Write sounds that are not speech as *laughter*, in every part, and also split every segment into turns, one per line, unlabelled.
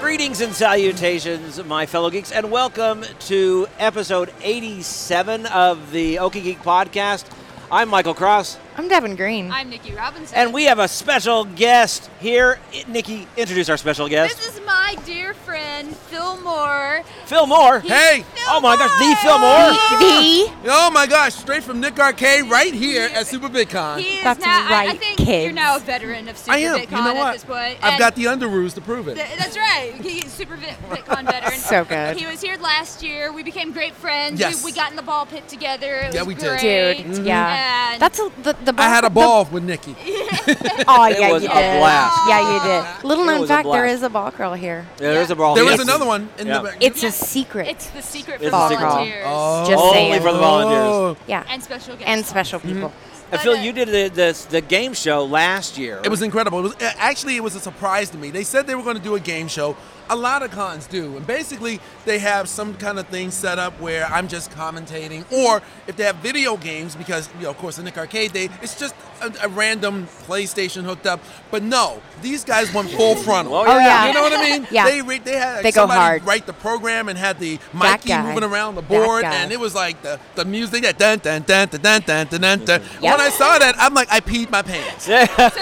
Greetings and salutations, my fellow geeks, and welcome to episode 87 of the Okie Geek Podcast. I'm Michael Cross,
I'm Devin Green. *laughs*
I'm Nikki Robinson.
and we have a special guest here. I- Nikki, introduce our special guest,
This is my dear friend, Phil Moore.
Phil Moore.
Hey!
Oh my gosh, the Phil Moore?
the
Oh my gosh, straight from Nick Arcade right here at Super BigCon.
He is
That's
now, I- I,
right,
think
kids.
you're now a veteran of Super
I am.
VidCon
you know
at
what?
this point.
I've
And
got the underoos to prove it.
th- that's right. He's Super
*laughs*
Vid- VidCon veteran.
So good.
He was here last year. We became great friends.
Yes.
We, we got in the ball pit together. It
Yeah,
was
we did.
great.
dude. Yeah,
Mm-hmm. And
that's a, the the.
I had a
the-
ball with Nikki.
*laughs* oh
It
yeah,
was
you
a
did.
blast.
Yeah, you did. Little
It
known
was a
fact, there
blast.
is a ball girl here.
Yeah, there's a ball.
There
here.
was another one in
Oh, Yeah.
the back.
It's a secret.
it's the secret
It's
for
the secret.
volunteers.
Oh.
Just
Only
saying.
for the volunteers.
yeah,
And special guests.
and special
Mm-hmm.
people.
And Phil, you did the, the the game show last year.
It was incredible. It was uh, actually it was a surprise to me. They said they were going to do a game show. A lot of cons do, and basically they have some kind of thing set up where I'm just commentating, or if they have video games, because you know, of course, in Nick Arcade, they it's just a, a random PlayStation hooked up. But no, these guys went full frontal.
Oh, yeah.
you know what I mean?
Yeah.
they re- they had
They go
somebody
hard.
write the program and had the Mikey
guy.
moving around the
That
board,
guy.
and it was like the the music that dun dun dun dun dun dun dun. dun, dun.
Yep.
When I saw that, I'm like, I peed my pants.
Mm-hmm. *laughs*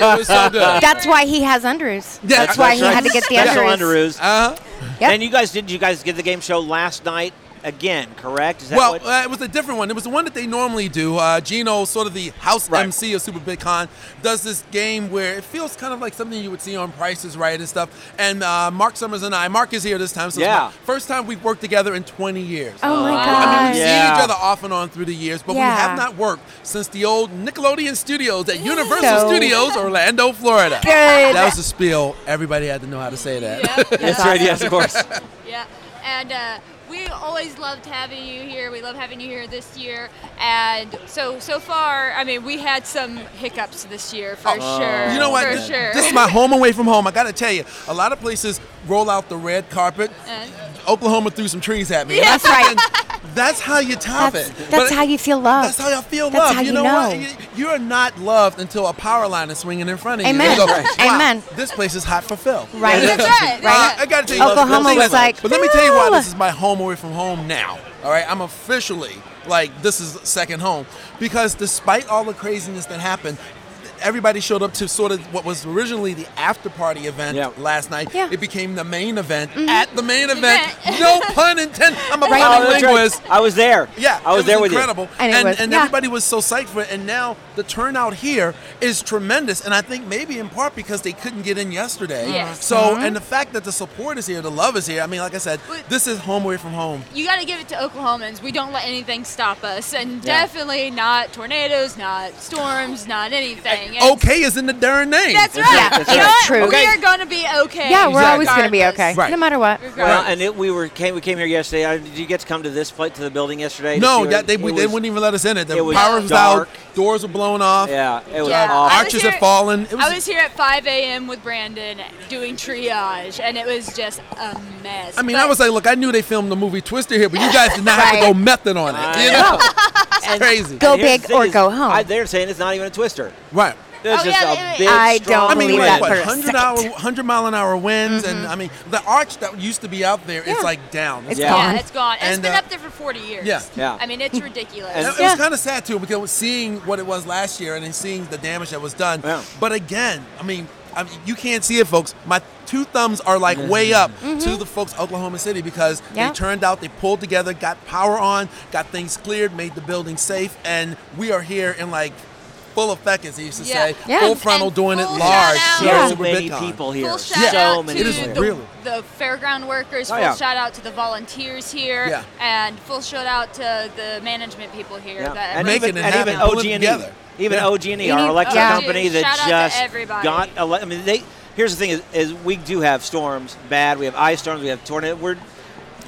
Yeah,
It was so good.
That's why he has underoos.
Yeah,
that's, why he
right.
had to get the
special
underoos.
underoos.
Uh-huh.
Yep.
And you guys did you guys get the game show last night again? Correct? Is that
Well,
what?
uh, it was a different one. It was the one that they normally do. Uh, Gino, sort of the house
Right.
MC of Super BigCon, does this game where it feels kind of like something you would see on Prices Right and stuff. And uh, Mark Summers and I, Mark is here this time. So it's
Yeah.
my first time we've worked together in 20 years.
Oh my
I mean,
god.
we've
Yeah.
seen each other off and on through the years, but
Yeah.
we have not worked since the old Nickelodeon Studios at Universal
So-
Studios, Orlando, Florida.
Good.
That was a spiel. Everybody had to know how to say that.
Yeah.
That's
That's
right.
awesome.
Yes, of course.
Yeah, and uh, we always loved having you here. We love having you here this year, and so so far, I mean, we had some hiccups this year for sure.
You know what?
For
This,
sure.
this is my home away from home. I got to tell you, a lot of places roll out the red carpet. Oklahoma threw some trees at me.
That's right.
*laughs*
That's how you top
That's,
it.
that's
But
how you feel love.
That's how I feel
That's
loved.
how you
know,
know.
what? You- You are not loved until a power line is swinging in front of you.
Amen.
You go,
Right.
"Wow,
Amen.
This place is hot for Phil.
Right.
That's right.
Right.
Uh, I gotta tell you,
Oklahoma was
listen, listen,
like,
But let me tell you why
"No."
this is my home away from home now. All right, I'm officially like this is second home because despite all the craziness that happened. Everybody showed up to sort of what was originally the after party event
Yeah.
last night.
Yeah. Mm-hmm.
It became the main event at the main event.
Event.
no pun intended. I'm a
Right.
Oh, that's right.
polylinguist.
I was there.
Yeah,
I was,
it
there with
incredible.
And it
and
was-
and
yeah.
everybody was so psyched for it. And now the turnout here is tremendous. And I think maybe in part because they couldn't get in yesterday.
Yes.
So and the fact that the support is here, the love is here. I mean, like I said,
But-
this is home away from home.
*laughs* You got to give it to Oklahomans. We don't let anything stop us, and
Yeah.
definitely not tornadoes, not storms, not anything. And
Okay is in the darn name.
that's right.
Yeah,
That's
You know
right.
what?
True.
We are going to be okay.
yeah, we're always
going to
be okay,
Right.
no matter what.
you. Well, and it, we were came, we came here yesterday. Uh, Did you get to come to this place to the building yesterday? to see
No,
where
that, they,
it
they
was-
wouldn't even let us in it. The
it was
power was
dark.
out. Doors were blown off.
Yeah, it was
Yeah.
awful.
I was
Arches had
here-
fallen. It was,
I was here at 5 a.m. with Brandon doing triage, and it was just a mess.
I mean,
But-
I was like, look, I knew they filmed the movie Twister here, but you guys did not have to
Right.
go method on it. You
I
know?
know.
It's crazy.
Go
And here's
big
the thing
or
is,
go home.
I, they're saying it's not even a twister.
Right.
It's
Oh,
just
yeah,
a
it-
big,
I
strong
don't believe
wind.
that
what,
for a
100
second. Mm-hmm.
hour, 100 mile an hour winds, and I mean the arch that used to be out there is
Yeah.
like down.
It's
Yeah.
gone.
Yeah, it's gone. And
And,
it's been
uh,
up there for 40 years.
yeah.
Yeah.
I mean, it's ridiculous.
And-
It
Yeah.
was kind of sad too because seeing what it was last year and then seeing the damage that was done.
Yeah.
But again, I mean, I mean, you can't see it, folks. My two thumbs are like way
Mm-hmm.
up to the folks at Oklahoma City because
Mm-hmm. Yeah.
they turned out, they pulled together, got power on, got things cleared, made the building safe, and we are here in like full effect, as he used to
Yeah.
say,
Yeah.
full
And-
frontal,
and
doing it
full
large.
shout-out.
So
here at
Yeah.
Super
many
BigCon.
people here.
Full shout
so
out
many.
to
It is
the,
really-
the fairground workers.
Oh,
Full
yeah.
shout out to the volunteers here,
Yeah.
and full shout out to the management people here.
Yeah.
That
And
Make
really-
it
even,
and
and
have
even
it pull it
OG&E,
together.
even
Yeah.
OG&E,
You
our
need-
electric
Yeah.
company that
Shout out to
just
everybody.
got. Ele- I mean, they. Here's the thing: is, is we do have storms, bad. We have ice storms. We have tornado. We're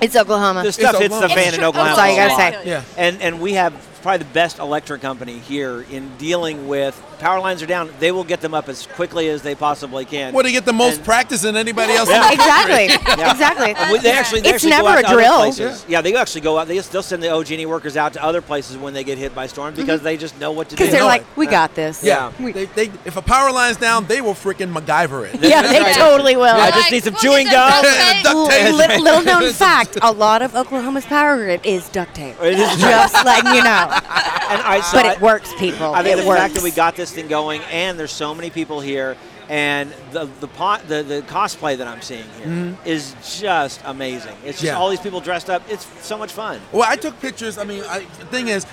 It's Oklahoma.
the stuff hits the
Oklahoma.
fan in
true.
Oklahoma.
That's all you
a
gotta
lot.
say.
Yeah.
And and we have probably the best electric company here in dealing with power lines are down. They will get them up as quickly as they possibly can.
Well, they get the most
And-
practice than anybody else.
Yeah.
In the *laughs*
Exactly.
Yeah.
Exactly.
Well, they actually, they
It's
actually go
never
out
a
to other
drill.
places. Yeah. they actually go out. They just, they'll send the OG&E E workers out to other places when they get hit by storms because
Mm-hmm.
they just know what to do.
Because they're
know
like,
it.
we got this.
yeah,
We-
They, they, if a power line's down, they will freaking MacGyver it.
yeah, they
right.
totally will.
I
They're
just
like,
need some
"We'll
chewing
get that
gum."
duct tape."
*laughs* Duct tape.
Li- little, known
*laughs*
fact: a lot of Oklahoma's power grid is duct tape.
It is
*laughs* Just letting you know,
and
*laughs*
I saw
but it works, people.
I think
it
the
works.
fact that we got this thing going, and there's so many people here, and the the pot, the, the cosplay that I'm seeing here is just amazing. It's just
Mm-hmm. Yeah.
all these people dressed up. It's so much fun.
Well, I took pictures. I mean, I, the thing is,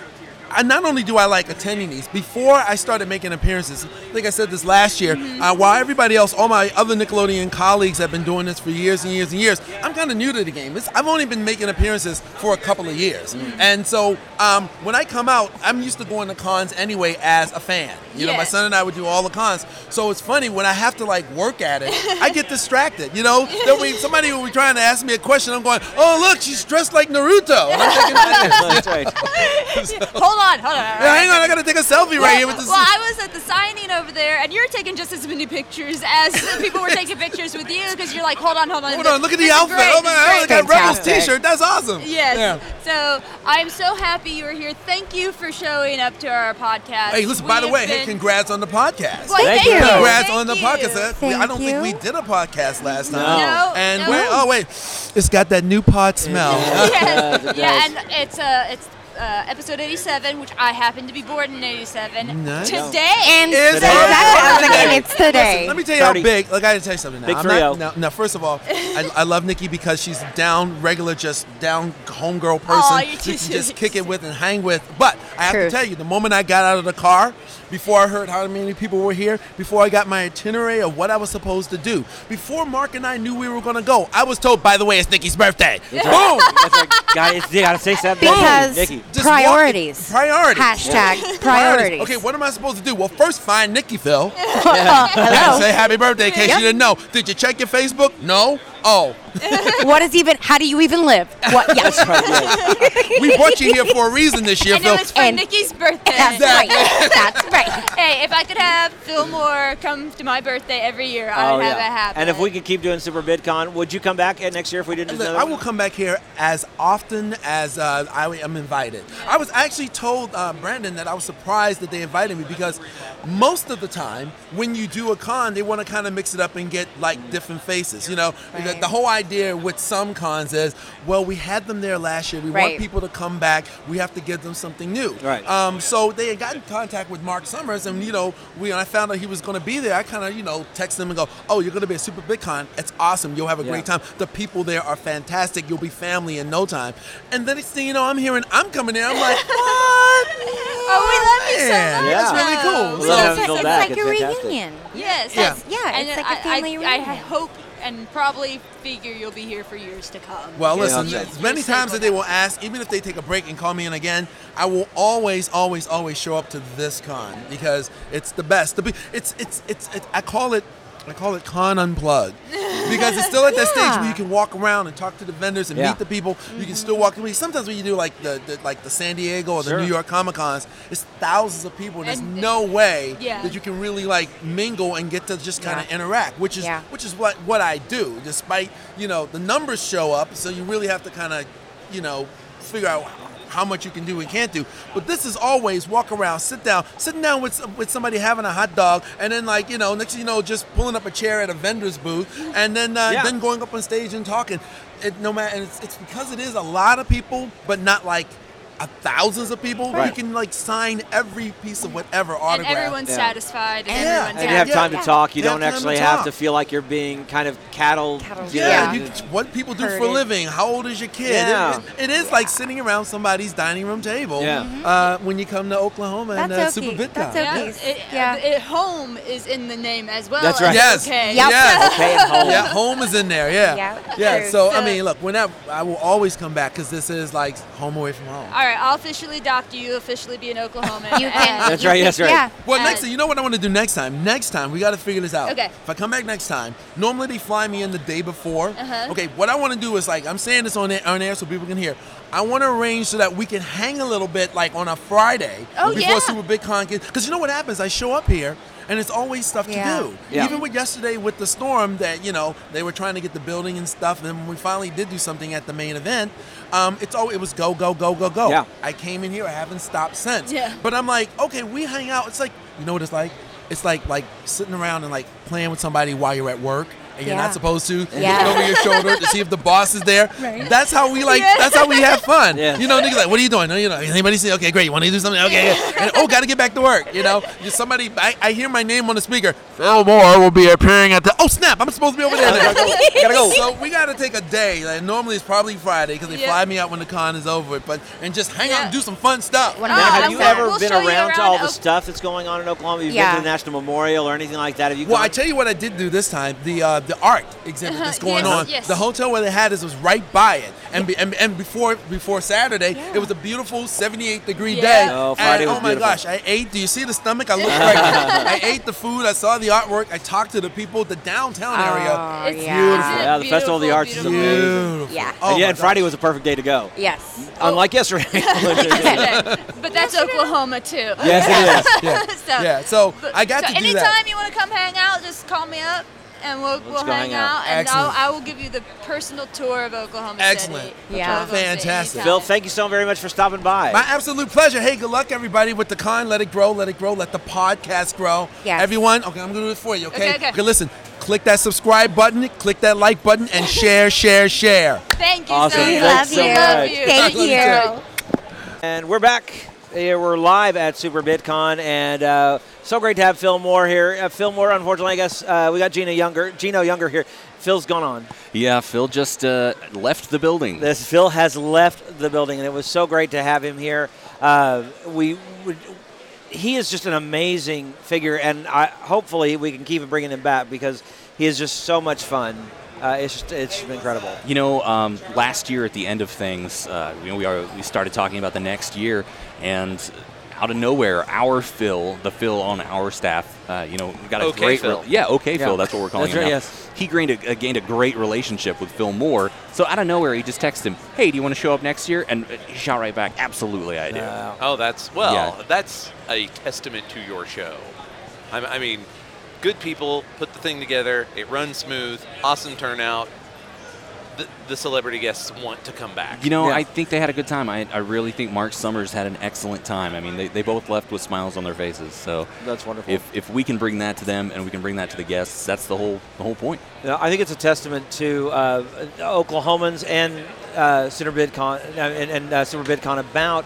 I not only do I like attending these. Before I started making appearances, I think I said this last year. Uh, while everybody else, all my other Nickelodeon colleagues have been doing this for years and years and years, I'm kind of new to the game. It's, I've only been making appearances for a couple of years, and so um, when I come out, I'm used to going to cons anyway as a fan. You know, my
Yes.
son and I would do all the cons. So it's funny when I have to like work at it, I
*laughs*
get distracted. You know, there'll be somebody will be trying to ask me a question. I'm going, oh look, she's dressed like Naruto. And I'm
*laughs*
thinking,
That's right.
hold on, hold on.
yeah, hang on, I gotta take a selfie right here with this.
Well, I was at the signing over there, and you're taking just as many pictures as people were taking pictures with you because you're like, hold on, hold on.
*laughs* Hold on, look at the
this is
outfit.
great,
oh my
this is
god,
great.
I got Rebels
Fantastic.
T-shirt. That's awesome.
Yes.
Yeah.
So I'm so happy you were here. Thank you for showing up to our podcast.
Hey, listen. by the
We've
way, hey,
been-
congrats on the podcast.
Well,
Thank
thank,
you.
you.
Congrats
Thank
on the
you.
podcast. Uh, we- I
Thank
don't
you.
think we did a podcast last time.
No,
and
no.
wait, oh wait, it's got that new pod smell.
Yes.
Yes, it
yeah,
does.
and it's uh, it's uh, episode 87, which I happen to be born in 87
Nice.
today.
and
It's
exactly, I was
today.
thinking it's today.
Let me tell you how
30.
big. Like I gotta tell you something. Now.
Big
I'm
3-0.
not, now, now, first of all, I, I love Nikki because she's down, regular, just down, homegirl person.
Aw, you're
you
too
can just
sweet.
kick it with and hang with. But I have to
True.
tell you, the moment I got out of the car, before I heard how many people were here, before I got my itinerary of what I was supposed to do, before Mark and I knew we were gonna go, I was told, by the way, it's Nikki's birthday. Boom!
That's like, guys, you gotta say something.
because
Nikki.
Just walk it.
priorities.
Priorities.
Hashtag priorities. *laughs*
Okay, what am I supposed to do? Well, first find Nikki Phil.
Uh, hello.
Say happy birthday in case
Yeah.
you didn't know. Did you check your Facebook? No. Oh,
what is even? How do you even live?
*laughs*
What? Yes.
we brought you here for a reason
*laughs*
this year,
And it
Phil.
was for
And-
Nikki's birthday.
That's right. That's right.
Hey, if I could have Phil Moore come to my birthday every year, I
Oh,
would have
yeah.
it happen.
And if we could keep doing Super VidCon, would you come back at next year if we did
Look,
another?
I
one?
will come back here as often as uh, I am invited. I was actually told, uh, Brandon, that I was surprised that they invited me because most of the time when you do a con, they want to kind of mix it up and get like different faces. You know, Because
Right.
the whole idea with some cons is, well, we had them there last year. We want
Right.
people to come back. We have to give them something new.
Right.
Um, so they had got in contact with Mark Summers, and you know, we when I found out he was going to be there. I kind of you know text him and go, "Oh, you're going to be at Super BigCon. It's awesome. You'll have a
Yeah.
great time. The people there are fantastic. You'll be family in no time." And then next thing you know, I'm hearing I'm coming in. I'm like, *laughs* "What?
Oh, we love you so
Man,
much,
That's
though.
really cool."
We
So-
love you. Phil
it's
back.
like
It's
a
fantastic.
reunion.
Yes.
Yeah.
that's-
Yeah,
and
it's like a
I-
family
I, I,
reunion.
hope and probably figure you'll be here for years to come.
Well,
Yeah.
listen,
Yeah.
as many times that they will ask, even if they take a break and call me in again, I will always, always, always show up to this con because it's the best. The be- it's, it's, it's, it, I call it, I call it con unplugged because it's still at that stage where
Yeah.
you can walk around and talk to the vendors and
Yeah.
meet the people. You can still walk away. Sometimes when you do like the, the like the San Diego or the
Sure.
New York Comic Cons, it's thousands of people. And there's
And-
no way
Yeah.
that you can really like mingle and get to just kind of
Yeah.
interact, which is
Yeah.
which is what what I do. Despite you know the numbers show up, so you really have to kind of you know figure out how much you can do and can't do. But this is always walk around, sit down, sitting down with some- with somebody having a hot dog, and then like you know next thing you know just pulling up a chair at a vendor's booth, and then uh,
Yeah.
then going up on stage and talking. It, no matter and it's, it's because it is a lot of people, but not like. a Thousands of people, you
Right.
can like sign every piece of whatever
And
autograph.
everyone's
Yeah.
satisfied. And
Yeah.
everyone's
and you
happy.
have
Yeah.
time to
Yeah.
talk. You
They have
don't
time to
actually have
talk.
to feel like you're being kind of cattle.
Cattle-
you know,
Yeah,
Yeah.
You, what people do for a
Herded.
living. How old is your kid?
Yeah.
It- it- it is like sitting around somebody's dining room table.
Yeah.
Uh, when you come to Oklahoma and uh,
That's
Super
okay.
VidCon.
That's okay.
Yeah,
Cookies.
it, uh,
Yeah.
it- home is in the name as well.
That's
and
right.
Yes.
Okay.
Yep.
Yes.
Okay, at home.
*laughs*
Yeah, *laughs* home is in there. Yeah.
Yeah,
Yeah.
true.
So I
So-
mean, look, when I, I will always come back because this is like home away from home.
All right, I'll officially adopt you. Officially be an Oklahoman.
You
and-
can.
That's
you
right,
can-
that's right.
Yeah.
Well,
Uh,
next thing, you know what I want to do next time? Next time, we got to figure this out.
Okay.
If I come back next time, normally they fly me in the day before.
Uh-huh.
Okay, what I want to do is like, I'm saying this on air, on air so people can hear. I want to arrange so that we can hang a little bit, like on a Friday
Oh,
before
yeah.
Super BitCon. Because you know what happens? I show up here. And it's always stuff
Yeah.
to do.
Yeah.
Even with yesterday with the storm, that you know they were trying to get the building and stuff. And then when we finally did do something at the main event, um, it's all it was go go go go go.
Yeah.
I came in here. I haven't stopped since.
Yeah.
But I'm like, okay, we hang out. It's like you know what it's like. It's like like sitting around and like playing with somebody while you're at work and you're
Yeah.
not supposed to. and
Yeah.
looking over your shoulder to see if the boss is there.
*laughs* Right.
That's how we like. That's how we have fun.
Yeah.
You know, niggas like, what are you doing? No, you know, anybody see? Okay, great. You want to do something? Okay. yeah.
*laughs*
And, oh, got to get back to work. You know, Just somebody. I, I hear my name on the speaker. Phil Moore will be appearing at the. Oh snap! I'm supposed to be over there.
Gotta go. Gotta go.
So we got to take a day. Like normally it's probably Friday because they
Yeah.
fly me out when the con is over. But and just hang out
Yeah.
and do some fun stuff.
When
Oh,
Now, have
I'm
you
glad.
ever
We'll
been
show you
around, to all
around
the
Oak-
stuff that's going on in Oklahoma? You've
Yeah.
been to the National Memorial or anything like that? Have you?
Well,
gone?
I tell you what I did do this time the uh, the art exhibit that's going
Uh-huh. Yes,
on.
yes.
The hotel where they had this was right by it, and be, and, and before before Saturday,
Yeah.
it was a beautiful 78 degree
Yeah.
day.
Oh, Friday
and,
was
oh my
beautiful.
gosh, I ate. Do you see the stomach? I looked right.
*laughs*
there. I ate the food. I saw the artwork. I talked to the people. The downtown area.
Oh,
It's
yeah.
beautiful.
Yeah, the Festival of the
Beautiful,
Arts is
beautiful.
amazing.
Beautiful.
Yeah.
Oh
And yeah,
my
and Friday
gosh.
was a perfect day to go.
Yes.
Unlike yesterday. yes,
*laughs* but that's Oklahoma
*laughs*
too.
it is.
Yeah.
*laughs* so,
yeah. So
but-
I got
so
to do
anytime
that.
you want to come hang out, just call me up and we'll, we'll
go
hang
hang out.
out, and I'll,
Excellent.
I will give you the personal tour of Oklahoma
Excellent.
City.
Yeah.
Oklahoma City
Fantastic.
anytime.
Phil, thank you so very much for stopping by.
My absolute pleasure. Hey, good luck, everybody, with the con. Let it grow, let it grow, let the podcast grow.
Yes.
Everyone, okay, I'm going to do it for you, okay?
Okay, okay.
listen, click that subscribe button, click that like button, and share, share, share.
Thank you
Awesome.
so
We
Thanks
much.
love
so
you.
much.
Thank
Love
you.
and we're back. Here We're live at Super BitCon, and uh, so great to have Phil Moore here. Uh, Phil Moore, unfortunately, I guess uh, we got Gina Younger, Gino Younger here. Phil's gone on.
Yeah, Phil just uh, left the building.
This Phil has left the building, and it was so great to have him here. Uh, we would, he is just an amazing figure, and I, hopefully we can keep bringing him back because he is just so much fun. Uh, it's just, it's just incredible.
You know, um, last year at the end of things, uh, you know, we are we started talking about the next year, and out of nowhere, our Phil, the Phil on our staff, uh, you know, we got a
Okay,
great,
Phil.
rel- yeah, okay,
Yeah.
Phil, that's what we're calling
That's
him
right,
now.
yes.
He gained a, uh, gained a great relationship with Phil Moore. So out of nowhere, he just texted him, "Hey, do you want to show up next year?" And uh, he shot right back, "Absolutely, I do."
Uh,
Oh, that's well.
Yeah.
That's a testament to your show. I, I mean, good people put the thing together. It runs smooth. Awesome turnout. The, the celebrity guests want to come back.
You know,
Yeah.
I think they had a good time. I, I really think Mark Summers had an excellent time. I mean, they, they both left with smiles on their faces. So
That's wonderful.
If, if we can bring that to them and we can bring that to the guests, that's the whole the whole point.
No, I think it's a testament to uh, Oklahomans and uh, Center BidCon uh, and, and uh, Super BidCon about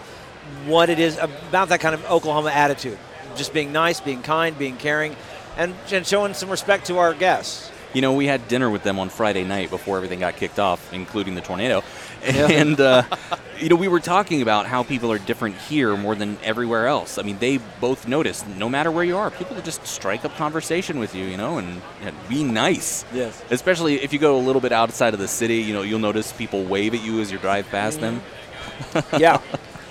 what it is about that kind of Oklahoma attitude, just being nice, being kind, being caring, and, and showing some respect to our
*laughs*
guests.
You know, we had dinner with them on Friday night before everything got kicked off, including the tornado. *laughs* And,
*laughs*
uh, you know, we were talking about how people are different here more than everywhere else. I mean, they both noticed no matter where you are, people just strike up conversation with you, you know, and, and be nice.
Yes.
Especially if you go a little bit outside of the city, you know, you'll notice people wave at you as you drive past them.
Mm. Yeah.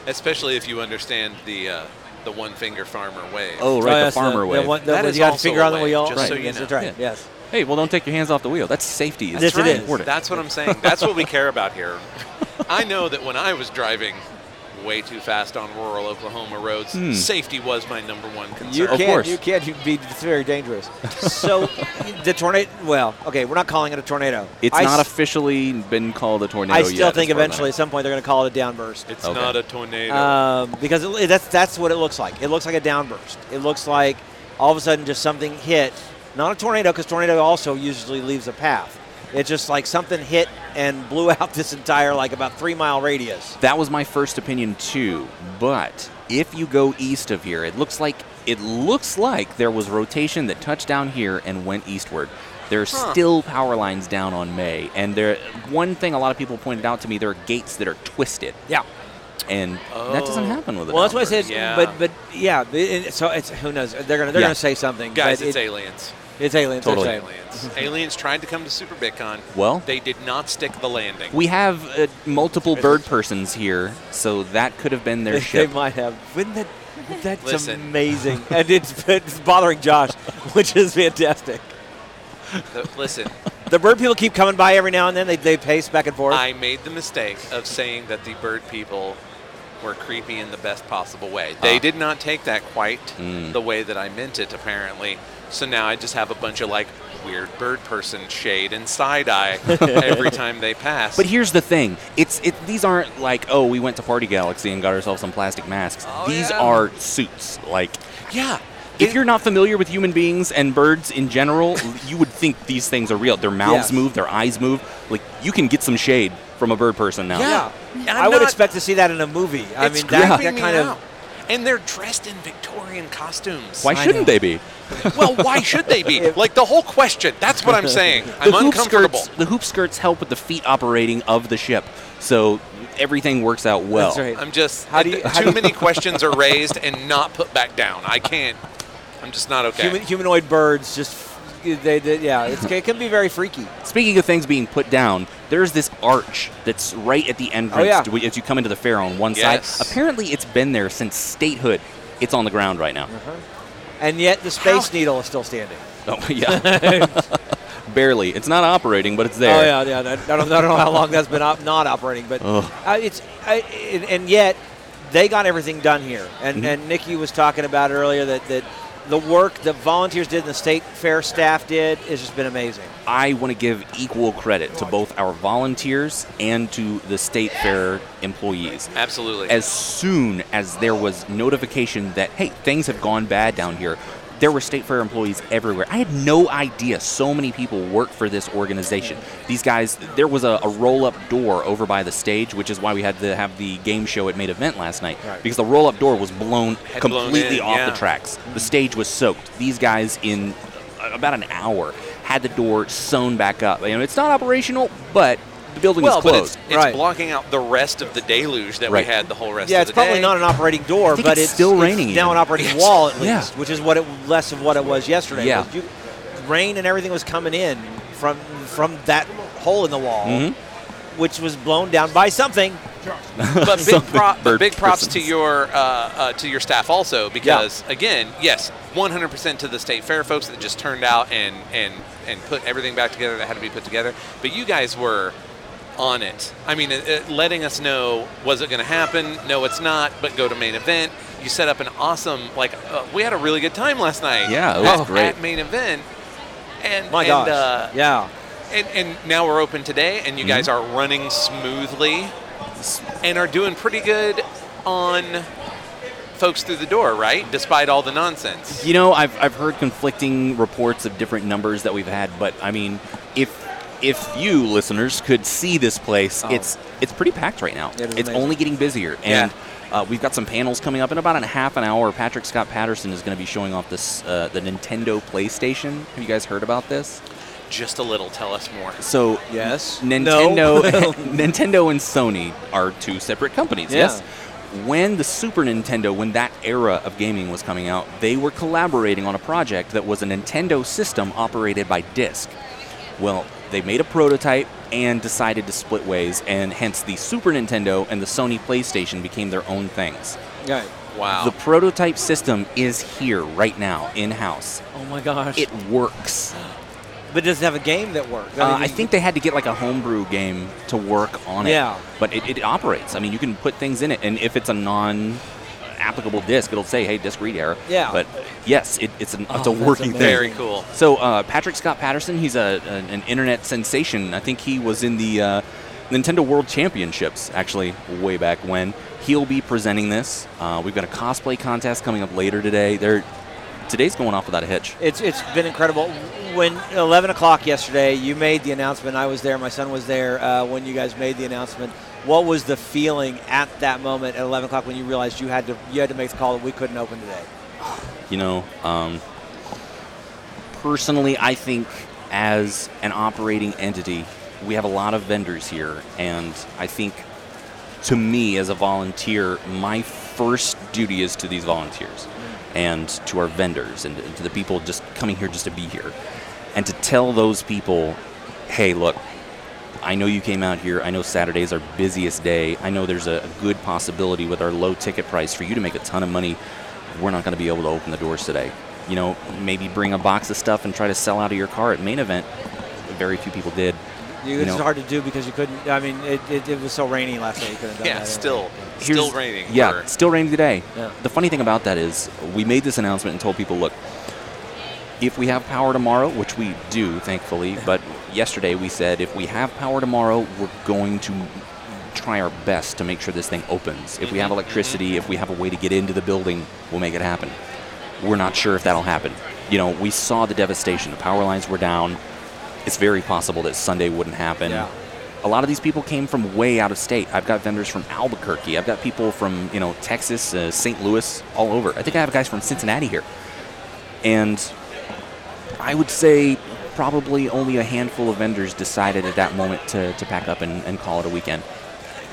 especially if you understand the uh, the one finger farmer wave.
Oh, right,
Oh,
the
yes,
farmer
the
wave.
one- the-
That
you
is
got to
also
figure
a
on the
wave,
wheel.
just
right.
so you
yes, that's
know.
right.
Yeah.
Yes.
Hey, well, don't take your hands off the wheel. That's safety. It's
Yes, it is.
important.
That's what I'm saying. That's what we care
*laughs*
about here. I know that when I was driving way too fast on rural Oklahoma roads, safety was my number one concern.
Hmm. You
Of
can't.
course.
You can't. You'd be. It's very dangerous. so the tornado. Well, okay. We're not calling it a tornado.
It's
I
not
s-
officially been called a tornado
I
yet.
still
as
think
far as I
eventually,
know.
at some point, they're going to call it a downburst.
It's
Okay.
not a tornado.
um, because it, that's that's what it looks like. It looks like a downburst. It looks like all of a sudden just something hit, not a tornado because tornado also usually leaves a path. It's just like something hit and *laughs* blew out this entire like about three mile radius.
That was my first opinion too. But if you go east of here, it looks like it looks like there was rotation that touched down here and went eastward. There's still power lines down on May, and there. One thing a lot of people pointed out to me: there are gates that are twisted,
Yeah.
and that doesn't
Oh.
happen with a
Well, that's why I
downburst.
said. it's-
Yeah.
But but yeah. but it- so it's who knows? They're gonna they're
Yeah.
gonna say something.
Guys,
but
it's
it-
aliens.
It's aliens. they're
Totally. Mm-hmm.
saying.
Aliens. aliens tried to come to Super BitCon.
Well-
they did not stick the landing.
We have uh, multiple bird persons here, so that could have been
*laughs*
the
They,
their
they
ship.
might have. Wouldn't that? That's
Listen.
amazing, *laughs* and it's, it's bothering Josh, which is fantastic.
*laughs*
The- listen,
the bird people keep coming by every now and then. They, they pace back and forth.
I made the mistake of saying that the bird people were creepy in the best possible way. They
Ah.
did not take that quite
Mm.
the way that I meant it, apparently. So now I just have a bunch of like weird bird person shade and
*laughs*
side eye every time they pass.
But here's the thing: it's it, these aren't like oh we went to Party Galaxy and got ourselves some plastic masks.
Oh,
these
yeah.
are suits. Like
yeah,
if
it-
you're not familiar with human beings and birds in general, *laughs* you would think these things are real. Their
Yes.
mouths move, their eyes move. Like you can get some shade from a bird person now.
yeah.
I'm
I would
not-
expect to see that in a movie. I
it's
mean, that,
creeping
that
me
kind
out.
of.
And they're dressed in Victorian costumes.
Why shouldn't they be?
well, why should they
*laughs*
be? Like the whole question. That's what I'm saying. I'm
the hoop
uncomfortable.
Skirts, the hoop skirts help with the feet operating of the ship, so everything works out well.
That's right.
I'm just uh,
How do you- how do
too
you- *laughs*
many questions are raised and not put back down. I can't. I'm just not okay.
Human, humanoid birds just. They, they, yeah, it's, it can be very freaky.
Speaking of things being put down, there's this arch that's right at the entrance
Oh, yeah.
to- as you come into the fair on one
Yes.
side. Apparently, it's been there since statehood. It's on the ground right now.
Uh-huh. And yet the Space Needle is still standing.
Oh, *laughs* yeah. Barely. It's not operating, but it's there.
Oh yeah, yeah. I don't, I don't know how long that's been op- not operating, but
Ugh.
uh, it's I, and, and yet they got everything done here. And
Mm-hmm.
and Nikki was talking about earlier that that the work the volunteers did and the state fair staff did has just been amazing.
I want to give equal credit to both our volunteers and to the state fair employees.
Absolutely.
As soon as there was notification that, hey, things have gone bad down here, there were state fair employees everywhere. I had no idea so many people work for this organization. These guys, there was a, a roll up door over by the stage, which is why we had to have the game show at Main Event last night,
Right.
because the roll up door was blown
Had blown
completely
in,
off
yeah.
the tracks. The stage was soaked. These guys, in about an hour, had the door sewn back up. You know, it's not operational, but the building
well,
is closed.
but it's, it's
Right.
blocking out the rest of the deluge that
Right.
we had the whole rest
yeah,
of
it's
the
probably
day.
not an operating door,
think
but
it's still raining
now
even.
an operating
Yes.
wall at
Yeah.
least, which is what it less of what it was yesterday.
Yeah.
But you, rain and everything was coming in from from that hole in the wall,
Mm-hmm.
which was blown down by something.
but
*laughs*
big,
Something
prop, but
bird
big props to
persons.
your uh, uh, to your staff also because again, yes, 100% to the state fair folks that just turned out and and and put everything back together that had to be put together. But you guys were on it. I mean, it, it- letting us know was it going to happen? No, it's not. But go to main event. You set up an awesome like uh, we had a really good time last night.
Yeah, it was
at,
great.
at main event. And
My
and,
gosh,
uh,
yeah.
and, and now we're open today, and you guys
Mm-hmm.
are running smoothly and are doing pretty good on folks through the door, right? Despite all the nonsense.
You know, I've, I've heard conflicting reports of different numbers that we've had, but I mean, if if you listeners could see this place,
Oh.
it's it's pretty packed right now.
It is
it's
amazing.
only getting busier,
Yeah.
and uh, we've got some panels coming up in about a half an hour. Patrick Scott Patterson is going to be showing off this uh, the Nintendo PlayStation. Have you guys heard about this?
Just a little. Tell us more.
So
Yes.
Nintendo,
No. *laughs*
*laughs* Nintendo and Sony are two separate companies.
Yeah.
Yes. When the Super Nintendo, when that era of gaming was coming out, they were collaborating on a project that was a Nintendo system operated by disk. Well, they made a prototype and decided to split ways, and hence the Super Nintendo and the Sony PlayStation became their own things.
Right.
Wow.
The prototype system is here right now, in house.
Oh my gosh.
It works.
But it doesn't have a game that works.
Uh,
mean,
I
you-
think they had to get like a homebrew game to work on it.
Yeah.
But it, it operates. I mean, you can put things in it, and if it's a non applicable disk, it'll say, hey, disk read error.
Yeah.
But yes, it, it's, an, it's a
Oh, that's
working thing.
Very cool.
So uh, Patrick Scott Patterson, he's a, an, an internet sensation. I think he was in the uh, Nintendo World Championships actually way back when. He'll be presenting this. Uh, we've got a cosplay contest coming up later today. They're, today's going off without a hitch.
it's it's been incredible. When 11 o'clock yesterday, you made the announcement. I was there. My son was there uh, when you guys made the announcement. What was the feeling at that moment at 11 o'clock when you realized you had to you had to make the call that we couldn't open today?
you know um, personally i think as an operating entity we have a lot of vendors here and i think to me as a volunteer my first duty is to these volunteers and to our vendors and to the people just coming here just to be here and to tell those people hey look I know you came out here. I know Saturday's our busiest day. I know there's a, a good possibility with our low ticket price for you to make a ton of money. We're not going to be able to open the doors today. You know, maybe bring a box of stuff and try to sell out of your car at main event. very few people did.
You,
You
it's
know.
hard to do because you couldn't. I mean, it, it, it was so rainy last night. You couldn't. Done
Yeah,
that
still,
Here's-
still raining.
Yeah,
for-
still raining today.
Yeah.
The funny thing about that is we made this announcement and told people, look, if we have power tomorrow, which we do, thankfully, but yesterday we said if we have power tomorrow, we're going to try our best to make sure this thing opens. If we
Mm-hmm.
have electricity, if we have a way to get into the building, we'll make it happen. We're not sure if that'll happen. You know, we saw the devastation. The power lines were down. It's very possible that Sunday wouldn't happen.
Yeah.
A lot of these people came from way out of state. I've got vendors from Albuquerque. I've got people from you know Texas, uh, St. Louis, all over. I think I have guys from Cincinnati here, and I would say probably only a handful of vendors decided at that moment to, to pack up and, and call it a weekend.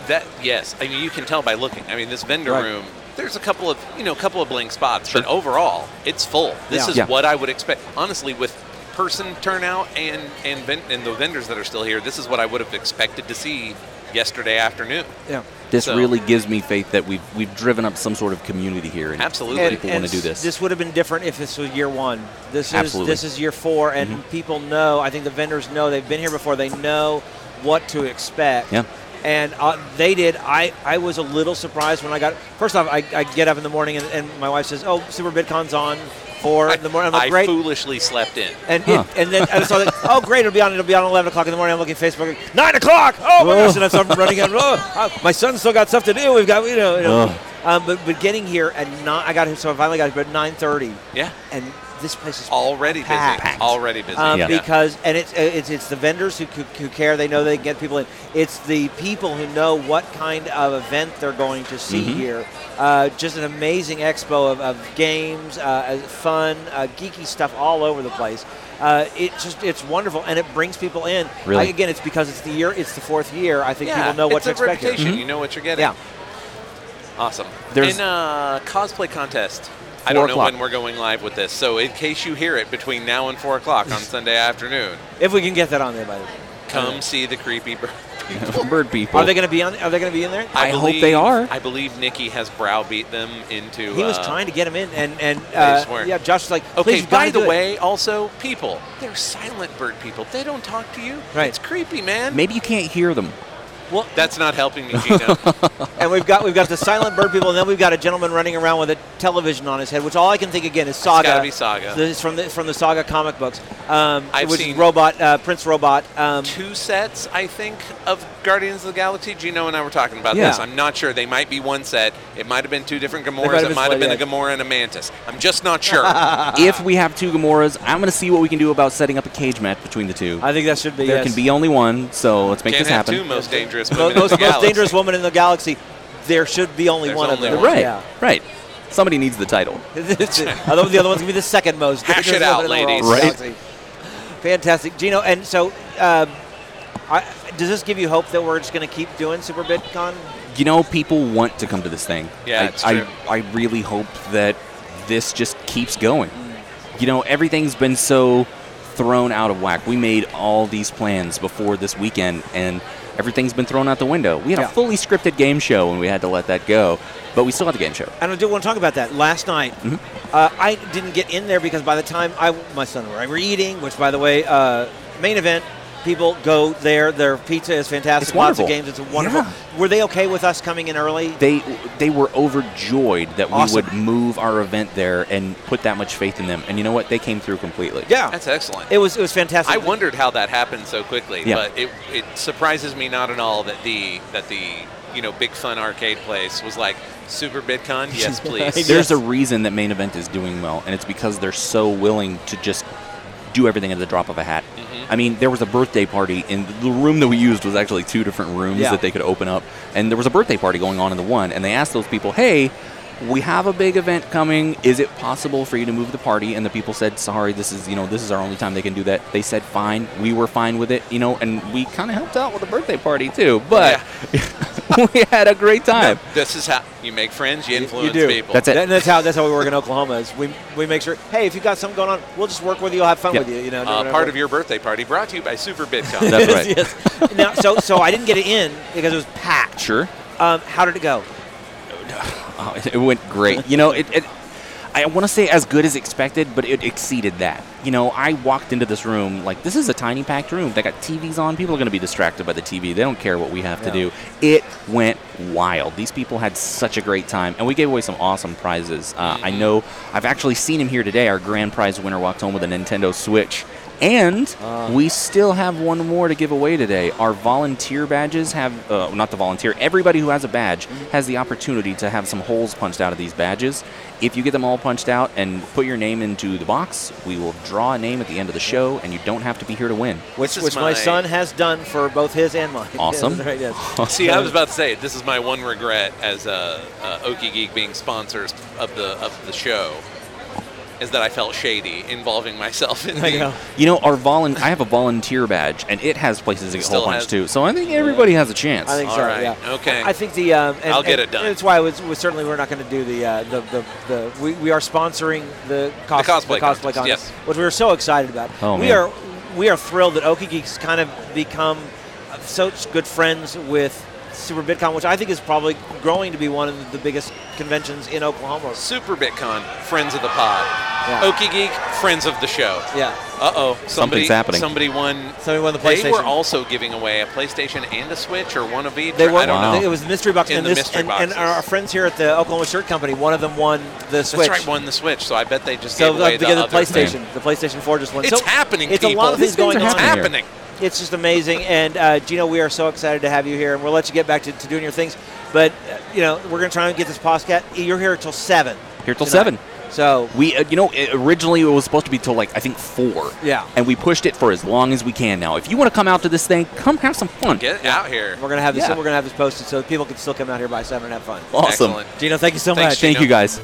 That yes, I mean you can tell by looking. I mean this vendor
Right.
room. There's a couple of you know a couple of blank spots, but overall it's full. This
Yeah.
is
Yeah.
what I would expect. Honestly, with person turnout and and ven- and the vendors that are still here, this is what I would have expected to see yesterday afternoon.
Yeah.
This
So-
really gives me faith that we've we've driven up some sort of community here. And
Absolutely.
And,
people
and
want to do
s-
this. *laughs*
This would have been different if this was year one. This is
Absolutely. Mm-hmm.
this is year four, and people know. I think the vendors know they've been here before. They know what to expect.
Yeah.
And uh, they did. I, I was a little surprised when I got. First off, I, I get up in the morning and, and my wife says, "Oh, Super BidCon's on for
I,
the morning." I'm like,
I
"Great!"
foolishly slept in.
And,
Huh.
it, and then I saw that, oh, great, it'll be on, it'll be on 11 o'clock in the morning. I'm looking at Facebook, 9 o'clock! Oh, my gosh, and I'm so running out. Oh, uh, my son's still got stuff to do. We've got, you know, you know. Um, but, but getting here at 9, I got here, so I finally got here at 9.30.
Yeah.
And this place is
Already busy.
Packed.
Already busy.
um,
Yeah.
because and it's uh, it's it's the vendors who, who, who care. They know they can get people in. It's the people who know what kind of event they're going to see
Mm-hmm.
here. Uh, just an amazing expo of, of games, uh, uh, fun, uh, geeky stuff all over the place. Uh, it just it's wonderful and it brings people in.
Really?
I- again, it's because it's the year. It's the fourth year. I think
yeah,
people know what
it's
to
a
expect. here.
reputation. You know what you're getting.
*laughs* Yeah.
Awesome.
There's-
in uh, cosplay contest. I don't know
o'clock.
when we're going live with this, so in case you hear it between now and four o'clock on Sunday afternoon,
If we can get that on there, by the way.
come see the creepy. Bird.
Bird people.
Are they going to be on? Are they going to be in there?
I hope they are.
I believe Nikki has browbeat them into.
He was
uh,
trying to get him in, and and uh,
swear.
yeah, Josh was like,
Okay.
"Please, you
by
gotta
the
do it."
way, also people, they're silent bird people. They don't talk to you.
Right.
It's creepy, man.
Maybe you can't hear them. *laughs*
well,
That's not helping me, Gino.
and we've got we've got the silent bird people, and then we've got a gentleman running around with a television on his head, which all I can think again is Saga.
gotta be Saga.
This is from the from the Saga comic books, um,
I've
which
seen-
is Robot uh, Prince Robot. Um,
two sets, I think, of Guardians of the Galaxy. Gino and I were talking about
Yeah.
this. I'm not sure. They might be one set. It might have been two different
might have
Gamoras. It
been
might have been a
slightly-
Gamora and a Mantis. I'm just
*laughs*
not sure.
if we have two Gamoras, I'm going to see what we can do about setting up a cage match between the two.
I think that should be
there
yes.
can be only one, so let's make
Can't
this
have
happen.
two most dangerous
Mo-
women in
most,
the
most
galaxy.
dangerous woman in the galaxy. There should be only
There's
one
only
of them.
one.
Right,
Yeah. *laughs*
right. Somebody needs the title.
Although the other one's gonna be the second most.
Hash it
dangerous
out,
woman in the
ladies.
world.
Right.
Galaxy. Fantastic, Gino. And so, um, I, does this give you hope that we're just going to keep doing Super BitCon?
You know, people want to come to this thing.
Yeah,
I,
it's
I,
true.
I really hope that this just keeps going. You know, everything's been so thrown out of whack. We made all these plans before this weekend, and everything's been thrown out the window. We had
Yeah.
a fully scripted game show, and we had to let that go, but we still had the game show.
And I do want to talk about that. Last night,
Mm-hmm.
uh, I didn't get in there because by the time I, my son and I were eating, which by the way, uh, main event, people go there. Their pizza is fantastic.
It's
Lots of
wonderful.
games. It's wonderful.
Yeah.
Were they okay with us coming in early?
they they were overjoyed that
Awesome.
we would move our event there and put that much faith in them. And you know what? They came through completely.
yeah,
That's excellent.
it was. It was fantastic.
I wondered how that happened so quickly,
Yeah.
but it, it surprises me not at all that the that the you know big fun arcade place was like
*laughs*
Super BitCon. Yes, please.
There's a reason that main event is doing well, and it's because they're so willing to just do everything at the drop of a hat. I mean, there was a birthday party, and the room that we used was actually two different rooms
Yeah.
that they could open up, and there was a birthday party going on in the one, and they asked those people, "Hey." We have a big event coming. Is it possible for you to move the party? And the people said, "Sorry, this is you know this is our only time they can do that." They said, "Fine." We were fine with it, you know, and we kind of helped out with the birthday party too. But *laughs* we had a great
*laughs*
time.
Uh, This is how you make friends. You influence
do.
people.
That's it.
And that's how that's how we work in Oklahoma. Is we we make sure. Hey, if you've got something going on, we'll just work with you. I'll have fun
Yeah.
with you. You know,
Uh, part of your birthday party brought to you by Super BitCon.
*laughs*
That's right.
your. now, so so I didn't get it in because it was packed.
Sure.
Um, how did it go?
Oh, it went great. You know, it, it, I want to say as good as expected, but it exceeded that. You know, I walked into this room like this is a tiny packed room. They got TVs on. People are going to be distracted by the TV. They don't care what we have to
Yeah.
do. It went wild. These people had such a great time, and we gave away some awesome prizes. Uh, I know I've actually seen him here today. Our grand prize winner walked home with a Nintendo Switch. And we still have one more to give away today. Our volunteer badges have, uh, not the volunteer, everybody who has a badge has the opportunity to have some holes punched out of these badges. If you get them all punched out and put your name into the box, we will draw a name at the end of the show, and you don't have to be here to win.
Which,
This is
which my
my-
son has done for both his and mine. *laughs*
Awesome.
Yes, right, yes.
See, I was about to say this is my one regret as uh, uh, Okie Geek being sponsors of the of the show is that I felt shady involving myself in
I know.
the
You know, our volun- I have a volunteer badge, and it has places to get
Still
hole punched
has-
too. So I think everybody has a chance.
I think
All
so.
right.
Yeah.
Okay.
I think the. Um, and,
I'll get
and
it done.
That's why it's, we certainly we're not going to do the, uh, the the the we, we are sponsoring the, cos-
cosplay
contest,
contest, yes.
which we are so excited about.
Oh,
we
man.
are we are thrilled that Okie Geeks kind of become such good friends with Super BitCon, which I think is probably growing to be one of the biggest conventions in Oklahoma.
Super BitCon friends of the pod,
Yeah.
Okie Geek friends of the show.
Yeah.
Uh oh, somebody,
Something's happening.
Somebody won.
Somebody won the
They were
PlayStation.
also giving away a PlayStation and a Switch, or one of each.
They
or
were.
I don't
Wow.
know.
It was the mystery box,
In
and
the
this,
mystery
and, and
boxes.
our friends here at the Oklahoma Shirt Company, one of them won the Switch.
That's right, won the Switch, so I bet they just
So
gave away
the, the,
the, other thing.
PlayStation, the PlayStation 4 just won.
It's
so
happening,
It's a lot of things
people.
These things
going
are
on.
happening. here.
happening.
It's just amazing. And uh, Gino, we are so excited to have you here, and we'll let you get back to, to doing your things. But uh, you know, we're gonna try and get this podcast. You're here till seven.
Here till
tonight.
seven.
So
We, uh, you know, i originally it was supposed to be till like I think four.
Yeah.
And we pushed it for as long as we can now. If you want to come out to this thing, come have some fun.
Get out here.
we're gonna have this.
Yeah.
We're gonna have this posted so people can still come out here by seven and have fun.
awesome.
Excellent.
Gino, thank you so
Thanks,
much.
Thank
Gino.
you guys.